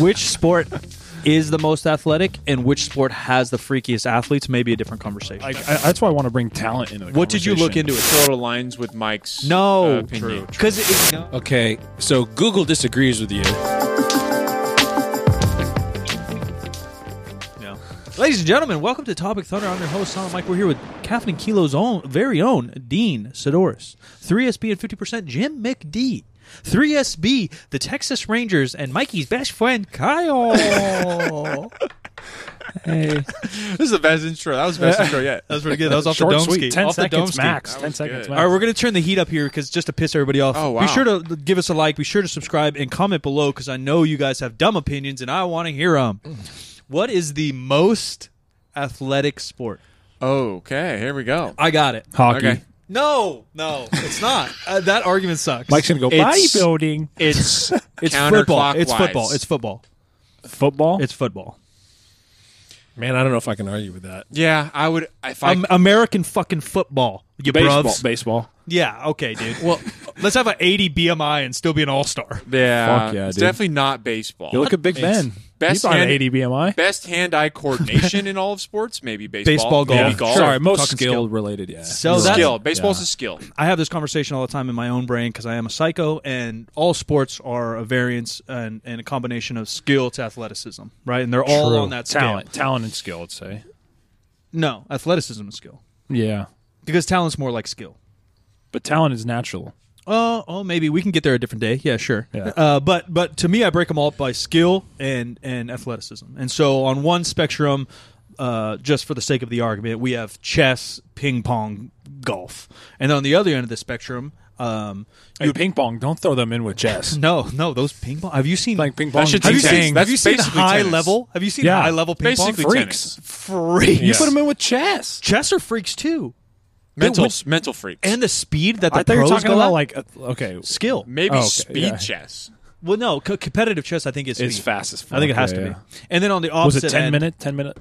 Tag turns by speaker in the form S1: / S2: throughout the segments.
S1: which sport is the most athletic and which sport has the freakiest athletes? Maybe a different conversation.
S2: Like I, that's why I want to bring talent into the
S3: What did you look
S2: conversation.
S3: into? It sort of aligns with Mike's. uh,
S1: no,
S3: opinion.
S1: because
S4: Okay, so Google disagrees with you.
S1: Ladies and gentlemen, welcome to Topic Thunder. I'm your host, Solomon Mike. We're here with Kathleen Kilo's own, very own, Dean Sidoris, 3SB and 50% Jim McD, 3SB, the Texas Rangers, and Mikey's best friend, Kyle. hey.
S3: This is the best intro. That was the best intro yet.
S1: was pretty good. That was off
S2: Short,
S1: the dome
S2: sweet.
S1: ski.
S2: Ten
S1: Off the dome
S2: seconds
S1: ski.
S2: max.
S3: That
S2: Ten
S3: was
S2: seconds
S3: good.
S2: max.
S1: All right, we're going to turn the heat up here because just to piss everybody off.
S3: Oh, wow.
S1: Be sure to give us a like. Be sure to subscribe and comment below because I know you guys have dumb opinions and I want to hear them. What is the most athletic sport?
S3: Okay, here we go.
S1: I got it.
S2: Hockey.
S3: Okay.
S1: No, no, it's not. uh, that argument sucks.
S2: Mike's gonna go
S4: It's-
S2: bodybuilding,
S1: it's it's football. It's
S3: counterclockwise.
S1: football. It's football.
S2: football.
S1: It's football.
S4: Man, I don't know if I can argue with that.
S3: Yeah, I would. If I
S1: Um, American fucking football. You
S2: baseball.
S1: bruvs.
S2: Baseball.
S1: Yeah. Okay, dude. Well, let's have an 80 BMI and still be an all star.
S3: Yeah,
S2: Fuck yeah,
S3: it's
S2: dude.
S3: definitely not baseball.
S2: You look at Big Ben.
S3: Best
S2: He's on
S3: hand-
S2: 80 BMI.
S3: Best hand-eye coordination in all of sports, maybe baseball.
S1: Baseball, golf.
S3: maybe
S1: Yeah,
S3: golf.
S4: Sorry, most
S1: Talking
S4: skill
S1: skill.
S4: related. Yeah.
S1: So that's
S3: skill. Baseball's
S4: yeah.
S3: a skill.
S1: I have this conversation all the time in my own brain because I am a psycho, and all sports are a variance and, and a combination of skill to athleticism, right? And they're all on that scale.
S2: talent, talent and skill. I'd say.
S1: No, athleticism is skill
S2: Yeah,
S1: because talent's more like skill.
S2: but talent is natural.
S1: Oh, oh, maybe we can get there a different day. Yeah, sure.
S2: Yeah.
S1: Uh, but but to me, I break them all up by skill and and athleticism. And so on one spectrum, uh, just for the sake of the argument, we have chess, ping pong, golf, and on the other end of the spectrum, um,
S2: Hey, ping pong. Don't throw them in with chess.
S1: no, no, those ping pong. Have you seen
S2: Playing ping pong.
S3: should
S2: and
S1: Have you
S2: ping
S3: Tennis.
S1: seen,
S3: That's
S1: have you seen
S3: basically
S1: high
S3: tennis.
S1: level? Have you seen
S2: Yeah.
S1: high level ping
S3: Basically
S1: pong?
S3: tennis.
S1: Freaks.
S2: You put them in with chess.
S1: Chess are freaks too.
S3: Mental, mental freaks.
S1: And the speed that the
S2: I thought you were
S1: pros
S2: talking
S1: go
S2: about
S1: at?
S2: like uh, okay,
S1: skill.
S3: maybe
S2: Oh, okay,
S3: speed
S2: yeah.
S3: chess.
S1: Well, no, co- competitive chess I think is
S2: it's
S1: speed.
S2: fast as fuck.
S1: I think it has
S2: Yeah,
S1: to
S2: yeah.
S1: be. And then on the
S2: Was
S1: opposite
S2: it ten
S1: end,
S2: minute? Ten minute?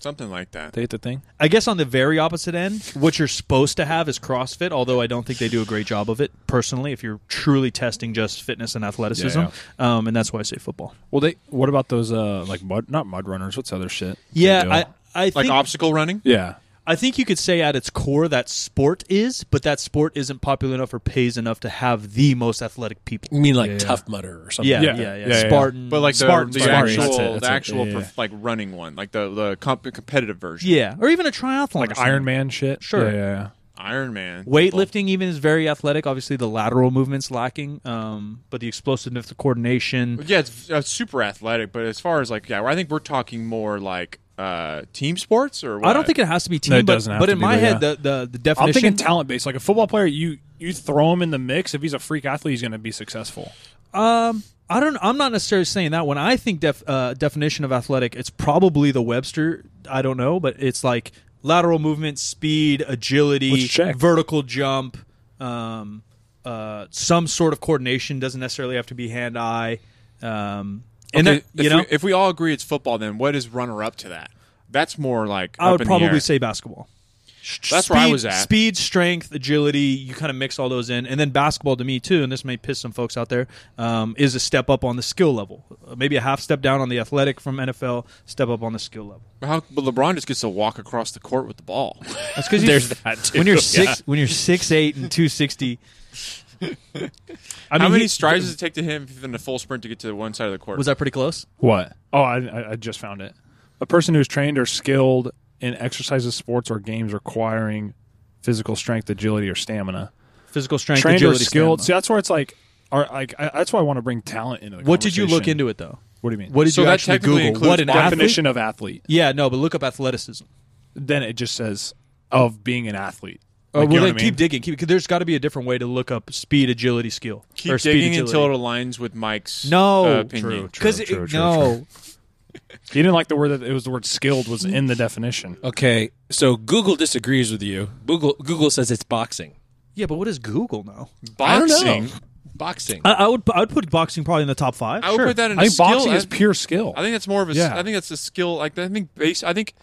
S3: Something like that.
S2: They hit the thing.
S1: I guess on the very opposite end, what you're supposed to have is CrossFit, although I don't think they do a great job of it personally if you're truly testing just fitness and athleticism.
S2: Yeah,
S1: Um, and that's why I say football.
S2: Well, they. What about those? Uh, like mud, not mud runners. What's other shit? they
S1: Yeah,
S2: do?
S1: I, I
S3: Like
S1: think
S3: obstacle running.
S2: yeah.
S1: I think you could say at its core that sport is, but that sport isn't popular enough or pays enough to have the most athletic people.
S4: You mean like
S2: Yeah.
S4: Tough Mudder or something?
S1: Yeah,
S2: Yeah,
S1: yeah, yeah.
S2: yeah, yeah.
S1: Spartan,
S3: But like the,
S1: Spartan,
S3: the
S1: Spartan.
S3: actual,
S2: That's it, that's
S3: the
S2: it,
S3: actual,
S2: yeah,
S3: perf-
S2: yeah.
S3: like running one, like the the comp- competitive version.
S1: yeah, or even a triathlon, or
S2: Like
S1: something.
S2: Iron Man shit.
S1: Sure.
S2: Yeah, yeah, yeah.
S3: Iron Man.
S1: Weightlifting even is very athletic. Obviously, the lateral movement's lacking, um, but the explosiveness, the coordination.
S3: Yeah, it's uh, super athletic, but as far as like, yeah, I think we're talking more like uh, team sports or. What?
S1: I don't think it has to be team,
S2: No, it
S1: but,
S2: doesn't have
S1: but
S2: to
S1: in
S2: be,
S1: my
S2: but
S1: head,
S2: yeah.
S1: the, the the
S2: I'm
S1: definition.
S2: thinking talent based. Like a football player, you you throw him in the mix. If he's a freak athlete, he's going to be successful.
S1: Um, I don't. I'm not necessarily saying that. When I think def, uh, definition of athletic, it's probably the Webster. I don't know, but it's like lateral movement, speed, agility,
S2: Let's check.
S1: vertical jump, um, uh, some sort of coordination. Doesn't necessarily have to be hand eye. Um, and
S3: Okay,
S1: that, you
S3: if
S1: know,
S3: we, if we all agree it's football, then what is runner up to that? That's more like
S1: I
S3: up
S1: would
S3: in the air.
S1: probably say basketball.
S3: that's
S1: speed,
S3: where I was at.
S1: Speed, strength, agility, you kind of mix all those in. And then basketball to me, too, and this may piss some folks out there, um, is a step up on the skill level. Uh, Maybe a half step down on the athletic from NFL, step up on the skill level.
S3: How, but LeBron just gets to walk across the court with the ball.
S1: That's because
S2: There's that, too.
S1: When you're
S2: Yeah.
S1: six, when you're six eight and two sixty, I mean,
S3: How many
S1: he-
S3: strides does it take to him even a full sprint to get to one side of the court?
S1: was that pretty close?
S2: What? Oh, I- I, I just found it. A person who's trained or skilled in exercises, sports, or games requiring physical strength, agility, or stamina.
S1: Physical strength,
S2: trained
S1: agility,
S2: or skilled. See,
S1: stamina.
S2: that's where it's like, are, like I, that's why I want to bring talent into. The
S1: What did you look
S2: conversation.
S1: into it though?
S2: What do you mean?
S1: What did
S3: So
S1: you
S3: that
S1: actually
S3: technically
S1: Google?
S3: includes
S1: What an
S2: definition
S1: athlete?
S2: of athlete?
S1: Yeah, no, but look up athleticism.
S2: Then it just says of being an athlete.
S1: Oh, well,
S2: Like, you know
S1: then
S2: what I
S1: keep
S2: mean?
S1: digging. Keep, 'cause there's got to be a different way to look up speed, agility, skill.
S3: Keep
S1: or speed,
S3: digging until it
S1: agility.
S3: aligns with Mike's
S1: no.
S3: uh, opinion.
S2: True,
S1: 'Cause it-
S2: true, true,
S1: no.
S2: You didn't like the word that it was the word skilled was in the definition.
S4: Okay, so Google disagrees with you. Google Google says it's boxing.
S1: Yeah, but what does Google know?
S3: Boxing.
S4: I don't know. Boxing.
S1: I, I would I would put boxing probably in the top five.
S3: I would
S1: sure.
S3: put that in
S2: I think
S3: skill.
S2: boxing
S3: I-
S2: is pure skill.
S3: I think that's more of a.
S2: Yeah.
S3: I think that's a skill. Like I think base. I think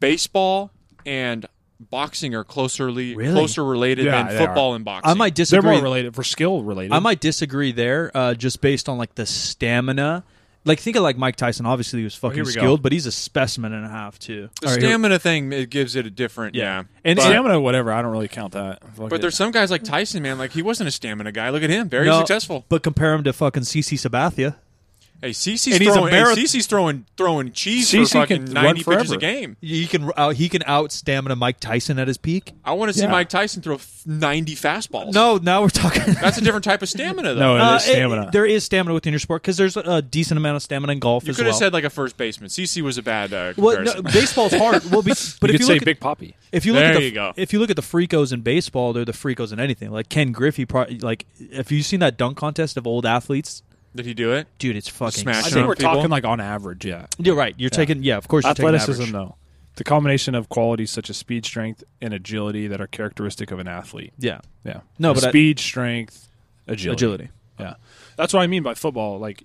S3: baseball and boxing are closerly
S1: Really?
S3: closer related
S2: Yeah,
S3: than
S2: they are.
S3: football and boxing.
S1: I might
S2: They're
S1: disagree.
S2: more related for skill related.
S1: I might disagree there, uh, just based on like the stamina Like think of like Mike Tyson. Obviously, he was fucking
S2: here we go.
S1: skilled, but he's a specimen and a half too.
S3: The
S1: All right, here-
S3: stamina thing it gives it a different. Yeah,
S1: and
S2: But,
S1: and-
S2: stamina, whatever. I don't really count that. Fuck
S3: but
S2: it.
S3: there's some guys like Tyson, man. Like he wasn't a stamina guy. Look at him, very
S1: no,
S3: successful.
S1: But compare him to fucking CC Sabathia.
S3: Hey, CC's
S1: And he's a
S3: throwing. hey,
S1: marath-
S3: CC's throwing throwing cheese
S2: CC
S3: for fucking
S2: can run
S3: ninety pitches a
S2: forever.
S3: game.
S1: He can out, he can out stamina Mike Tyson at his peak.
S3: I want to see
S2: Yeah.
S3: Mike Tyson throw f- ninety fastballs.
S1: No, now we're talking.
S3: that's a different type of stamina, though.
S2: no, it is
S1: Uh, it-
S2: stamina.
S1: there is stamina within your sport because there's a decent amount of stamina in golf
S3: you
S1: as
S3: could
S1: well.
S3: have said like a first baseman. CC was a bad uh,
S1: well, no,
S3: comparison.
S1: baseball's hard. Well, be, but
S2: you
S1: if
S2: could
S1: you
S2: say
S1: look at,
S2: Big Poppy.
S1: If you look
S3: There
S1: at the,
S3: you go.
S1: if you look at the freakos in baseball, they're the freakos in anything. Like Ken Griffey, pro- like if you've seen that dunk contest of old athletes,
S3: Did he do it?
S1: dude, it's fucking.
S3: Smash
S2: I
S1: sick.
S3: Sure.
S2: think we're
S3: People.
S2: talking like on average. Yeah.
S1: You're right. You're taking yeah. Of course, you're taking
S2: athleticism
S1: average.
S2: though the combination of qualities such as speed strength and agility that are characteristic of an athlete
S1: Yeah,
S2: yeah
S1: No, but I-
S2: speed strength agility.
S1: agility.
S2: yeah that's what i mean by football like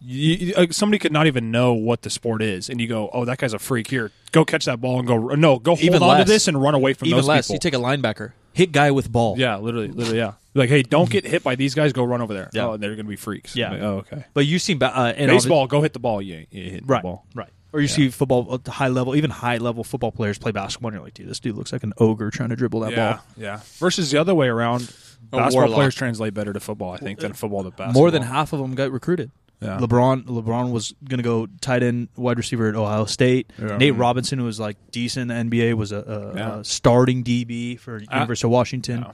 S2: you, you- like, somebody could not even know what the sport is, and you go, "Oh, that guy's a freak." Here, go catch that ball and go. No, go hold
S4: Even
S2: on
S4: less.
S2: to this and run away from
S1: Even
S2: those
S1: less,
S2: people.
S1: you take a linebacker, hit guy with ball.
S2: yeah, literally, literally, yeah. Like, hey, don't get hit by these guys. Go run over there.
S1: Yeah.
S2: Oh, they're gonna be freaks.
S1: Yeah.
S2: Like, oh, okay.
S1: but you see ba- uh, and
S2: Baseball, go hit the ball. You, ain't- you ain't hitting
S1: obvi- right?
S2: the ball.
S1: Right. Or you see football at the high level, even high level football players play basketball, and you're like, dude, this dude looks like an ogre trying to dribble that
S2: Yeah,
S1: ball.
S2: yeah. Versus the other way around, basketball
S3: warlock.
S2: players translate better to football, I think, than football to basketball.
S1: More than half of them got recruited.
S2: Yeah.
S1: LeBron LeBron was going to go tight end wide receiver at Ohio State.
S2: Yeah.
S1: Nate Robinson who was like decent in the NBA was a, a,
S2: Yeah.
S1: a starting DB for University of Washington.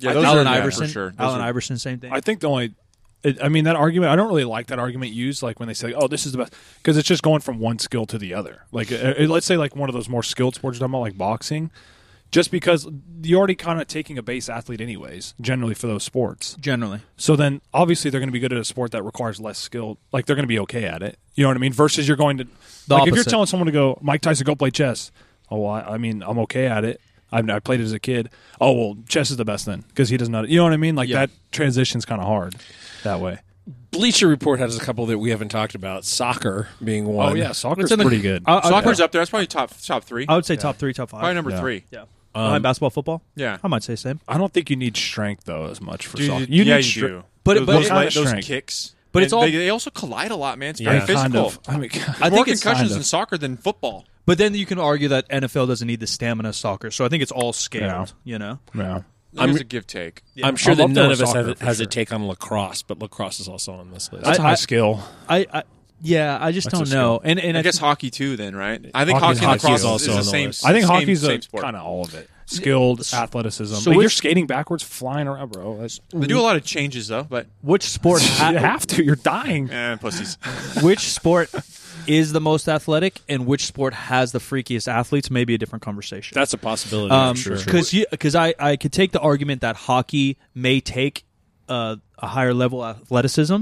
S3: Yeah,
S1: I-
S3: those
S1: Allen
S3: are- yeah, for
S1: Iverson,
S3: sure. Those
S1: Allen
S3: are-
S1: Iverson, same thing.
S2: I think the only. It, I mean that argument. I don't really like that argument used, like when they say, "Oh, this is the best," because it's just going from one skill to the other. Like, uh, uh, let's say like one of those more skilled sports you're talking about, like boxing, just because you're already kind of taking a base athlete, anyways, generally for those sports.
S1: Generally,
S2: So then, obviously, they're going to be good at a sport that requires less skill. Like they're going to be okay at it. You know what I mean? Versus you're going to
S1: The
S2: like if you're
S1: opposite.
S2: telling someone to go, Mike Tyson, go play chess. Oh, well, I, I mean, I'm okay at it. I've, I played it as a kid. Oh well, chess is the best then because he does not. You know what I mean? Like
S4: Yeah.
S2: that transition's kind of hard that way.
S4: Bleacher Report has a couple that we haven't talked about. Soccer being one.
S2: Oh yeah, soccer's
S1: It's in the-
S2: pretty good.
S1: I- I-
S3: Soccer's up there. That's probably top top three.
S1: I would say top three, top five.
S3: probably number
S2: Yeah.
S3: three.
S1: Oh, yeah, Um, Behind basketball, football.
S3: Yeah.
S1: I might say same.
S2: I don't think you need strength though as much for
S3: Dude,
S2: soccer.
S3: you- yeah,
S2: need
S3: you
S2: stre-
S3: do.
S1: But-
S3: those,
S1: but
S3: those
S1: it-
S3: li- those
S2: strength.
S3: kicks.
S1: But it's
S3: And
S1: all-
S3: they, they also collide a lot, man. It's very
S2: Yeah,
S3: physical.
S2: kind of. I mean,
S1: I
S3: More
S1: think it's
S3: concussions
S2: kind of-
S3: in soccer than football.
S1: But then you can argue that NFL doesn't need the stamina of soccer, so I think it's all scaled.
S2: Yeah.
S1: You know,
S2: yeah.
S3: It was a give take.
S4: I'm sure
S2: I'm
S4: that
S2: up there
S4: none
S2: with
S4: of us
S2: soccer
S4: have,
S2: for
S4: has
S2: sure.
S4: a take on lacrosse, but lacrosse is also on this list.
S2: That's
S1: I-
S2: high
S1: I-
S2: skill.
S1: I, I yeah, I just
S2: That's
S1: don't
S2: a
S1: know.
S2: skill.
S1: And and
S3: I
S1: I,
S3: guess hockey too. Then right? I think
S2: Hockey's-
S3: hockey, and lacrosse
S4: hockey's also
S3: is
S4: on
S3: the
S4: the
S3: same.
S4: list.
S2: I think hockey's
S3: same,
S2: a
S3: same sport.
S2: kind of all of it. Skilled athleticism.
S1: so
S2: So like, you're
S1: which-
S2: skating backwards, flying around, bro. That's,
S3: They do a lot of changes though, but
S1: which sport?
S2: you have to. You're dying.
S3: eh, pussies.
S1: which sport is the most athletic and which sport has the freakiest athletes maybe a different conversation Um,
S4: That's a possibility,
S2: Um,
S4: I'm sure.
S1: because I, I could take the argument that hockey may take uh, a higher level athleticism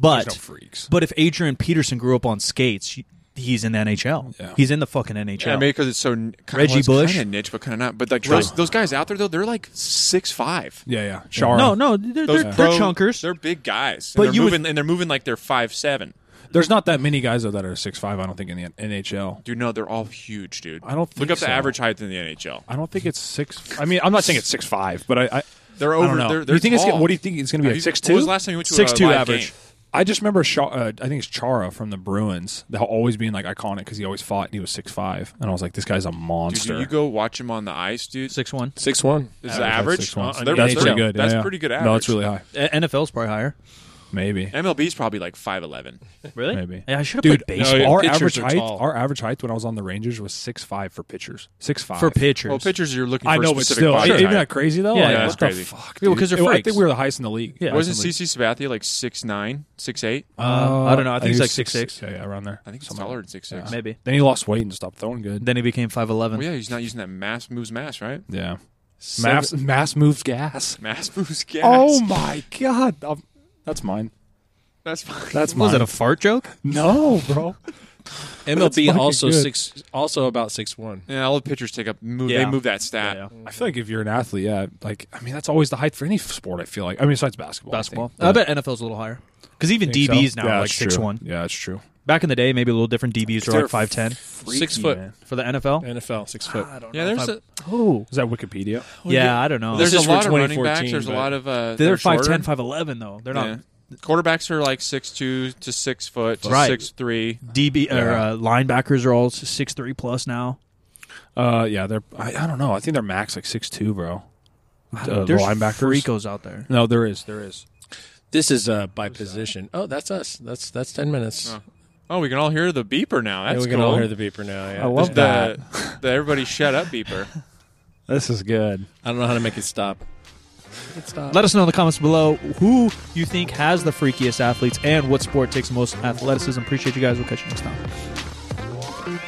S1: but
S2: There's no freaks.
S1: but if adrian peterson grew up on skates y- he's in the nhl
S2: Yeah.
S1: he's in the fucking nhl
S3: Yeah, maybe because it's so kind
S1: Reggie
S3: of,
S1: Bush.
S3: kind of niche, but kind of not. But like those, those guys out there though, they're like six five.
S2: Yeah, yeah. Shara.
S1: no no they're,
S3: Those
S1: they're,
S3: pro-
S1: they're chunkers
S3: They're big guys,
S1: But
S3: but and
S1: you
S3: they're
S1: would-
S3: moving and they're moving like they're five seven.
S2: There's not that many guys though that are six five. I don't think in the NHL.
S3: Dude, no, they're all huge, dude.
S2: I don't
S3: look
S2: think
S3: up
S2: so.
S3: the average height in the NHL.
S2: I don't think it's six. I mean, I'm not saying it's six five, but I. I
S3: They're
S2: I don't
S3: over-
S2: know.
S3: they're- they're
S2: you think it's
S3: tall.
S2: what do you think it's going to be?
S3: Have
S2: Like
S3: you-
S2: six two.
S3: when was the last time you went to a
S2: six two
S3: live
S2: average?
S3: game?
S2: I just remember. Sha- uh, I think it's Chara from the Bruins. That always being like iconic because he always fought and he was six five, and I was like, this guy's a
S3: Dude,
S2: monster.
S3: you go watch them on the ice, dude.
S1: six one
S4: Six one.
S3: Is the average?
S2: That's,
S3: Uh, they're- they're-
S2: pretty good.
S3: That's
S2: yeah, yeah.
S3: pretty good average.
S2: No, it's really high.
S1: nfl's probably higher
S2: Maybe.
S3: MLB's probably like five eleven.
S1: really
S2: Maybe.
S1: yeah, i should have
S2: Dude, oh,
S1: played
S4: no,
S1: baseball
S4: yeah,
S2: our
S4: pitchers
S2: average
S4: are
S2: height,
S4: tall.
S2: our average height when I was on the Rangers was six five for pitchers. Six five
S1: for pitchers
S3: Well, pitchers you're looking for.
S2: I know,
S3: a
S2: but
S3: specific
S2: still,
S3: body
S2: isn't
S3: type.
S2: that crazy though?
S1: Yeah,
S2: Like,
S1: yeah,
S2: what
S3: it's
S2: the
S3: crazy.
S2: fuck?
S1: Yeah,
S2: dude?
S1: because they're
S2: It- I
S1: freaks.
S2: think we were the highest in the league.
S1: Yeah.
S3: Wasn't
S2: Definitely.
S3: CC Sabathia like six nine, six eight?
S1: Uh, I don't know. I think he's
S2: it
S1: like
S2: was
S1: six six.
S2: Yeah, yeah, around there.
S3: I think it's
S2: Somewhere.
S3: taller than six six.
S1: maybe
S2: Then he lost weight and stopped throwing good.
S1: then he became 5'11
S3: Well, yeah, he's not using that mass moves mass, right?
S2: Yeah, mass mass moves gas.
S3: Mass moves gas.
S2: Oh my god, Um, that's mine.
S3: that's fine.
S2: That's mine.
S1: was it a fart joke
S2: no, bro?
S4: MLB
S2: fucking
S4: also
S2: good.
S4: six, also about six one.
S3: Yeah, all the pitchers take up. Move,
S1: Yeah.
S3: They move that stat.
S2: I feel like if you're an athlete, yeah, like I mean, that's always the height for any sport. I feel like. I mean, besides basketball, I
S1: basketball.
S2: think.
S1: I, bet NFL's a little higher because even
S2: Think so?
S1: DBs now
S2: Yeah,
S1: are like
S2: that's true.
S1: six one.
S2: Yeah, that's true.
S1: Back in the day, maybe a little different. DBs were
S4: They're
S1: like five ten
S4: Six foot
S2: man.
S1: for the NFL.
S4: NFL, six foot.
S3: Yeah, there's a
S1: Oh,
S2: Is that Wikipedia?
S1: yeah, I don't know.
S3: there's a
S4: Oh. This is for
S3: lot of running
S4: 2014,
S3: backs. There's a
S4: but-
S3: lot of uh,
S1: they're
S3: shorter.
S1: 5'10", 5'11", though. They're not.
S3: Yeah. Quarterbacks are like six two to six foot to
S1: Right.
S3: six three.
S1: DB or uh, linebackers are all six three plus now.
S2: Uh, yeah, they're. I, I don't know. I think they're max like six two, bro. Uh,
S1: There's
S2: linebackers.
S1: freakos out there.
S2: No, there is. There is.
S4: This is uh, by position. Oh, that's us. That's that's ten minutes.
S3: Oh, Oh, we can all hear the beeper now.
S4: and
S3: That's
S4: we can
S3: cool.
S4: all hear the beeper now. Yeah.
S2: I love
S3: the,
S2: that.
S3: the everybody shut up beeper.
S2: This is good.
S4: I don't know how to make it stop. Make it stop.
S1: Let us know in the comments below who you think has the freakiest athletes and what sport takes the most athleticism. Appreciate you guys. We'll catch you next time.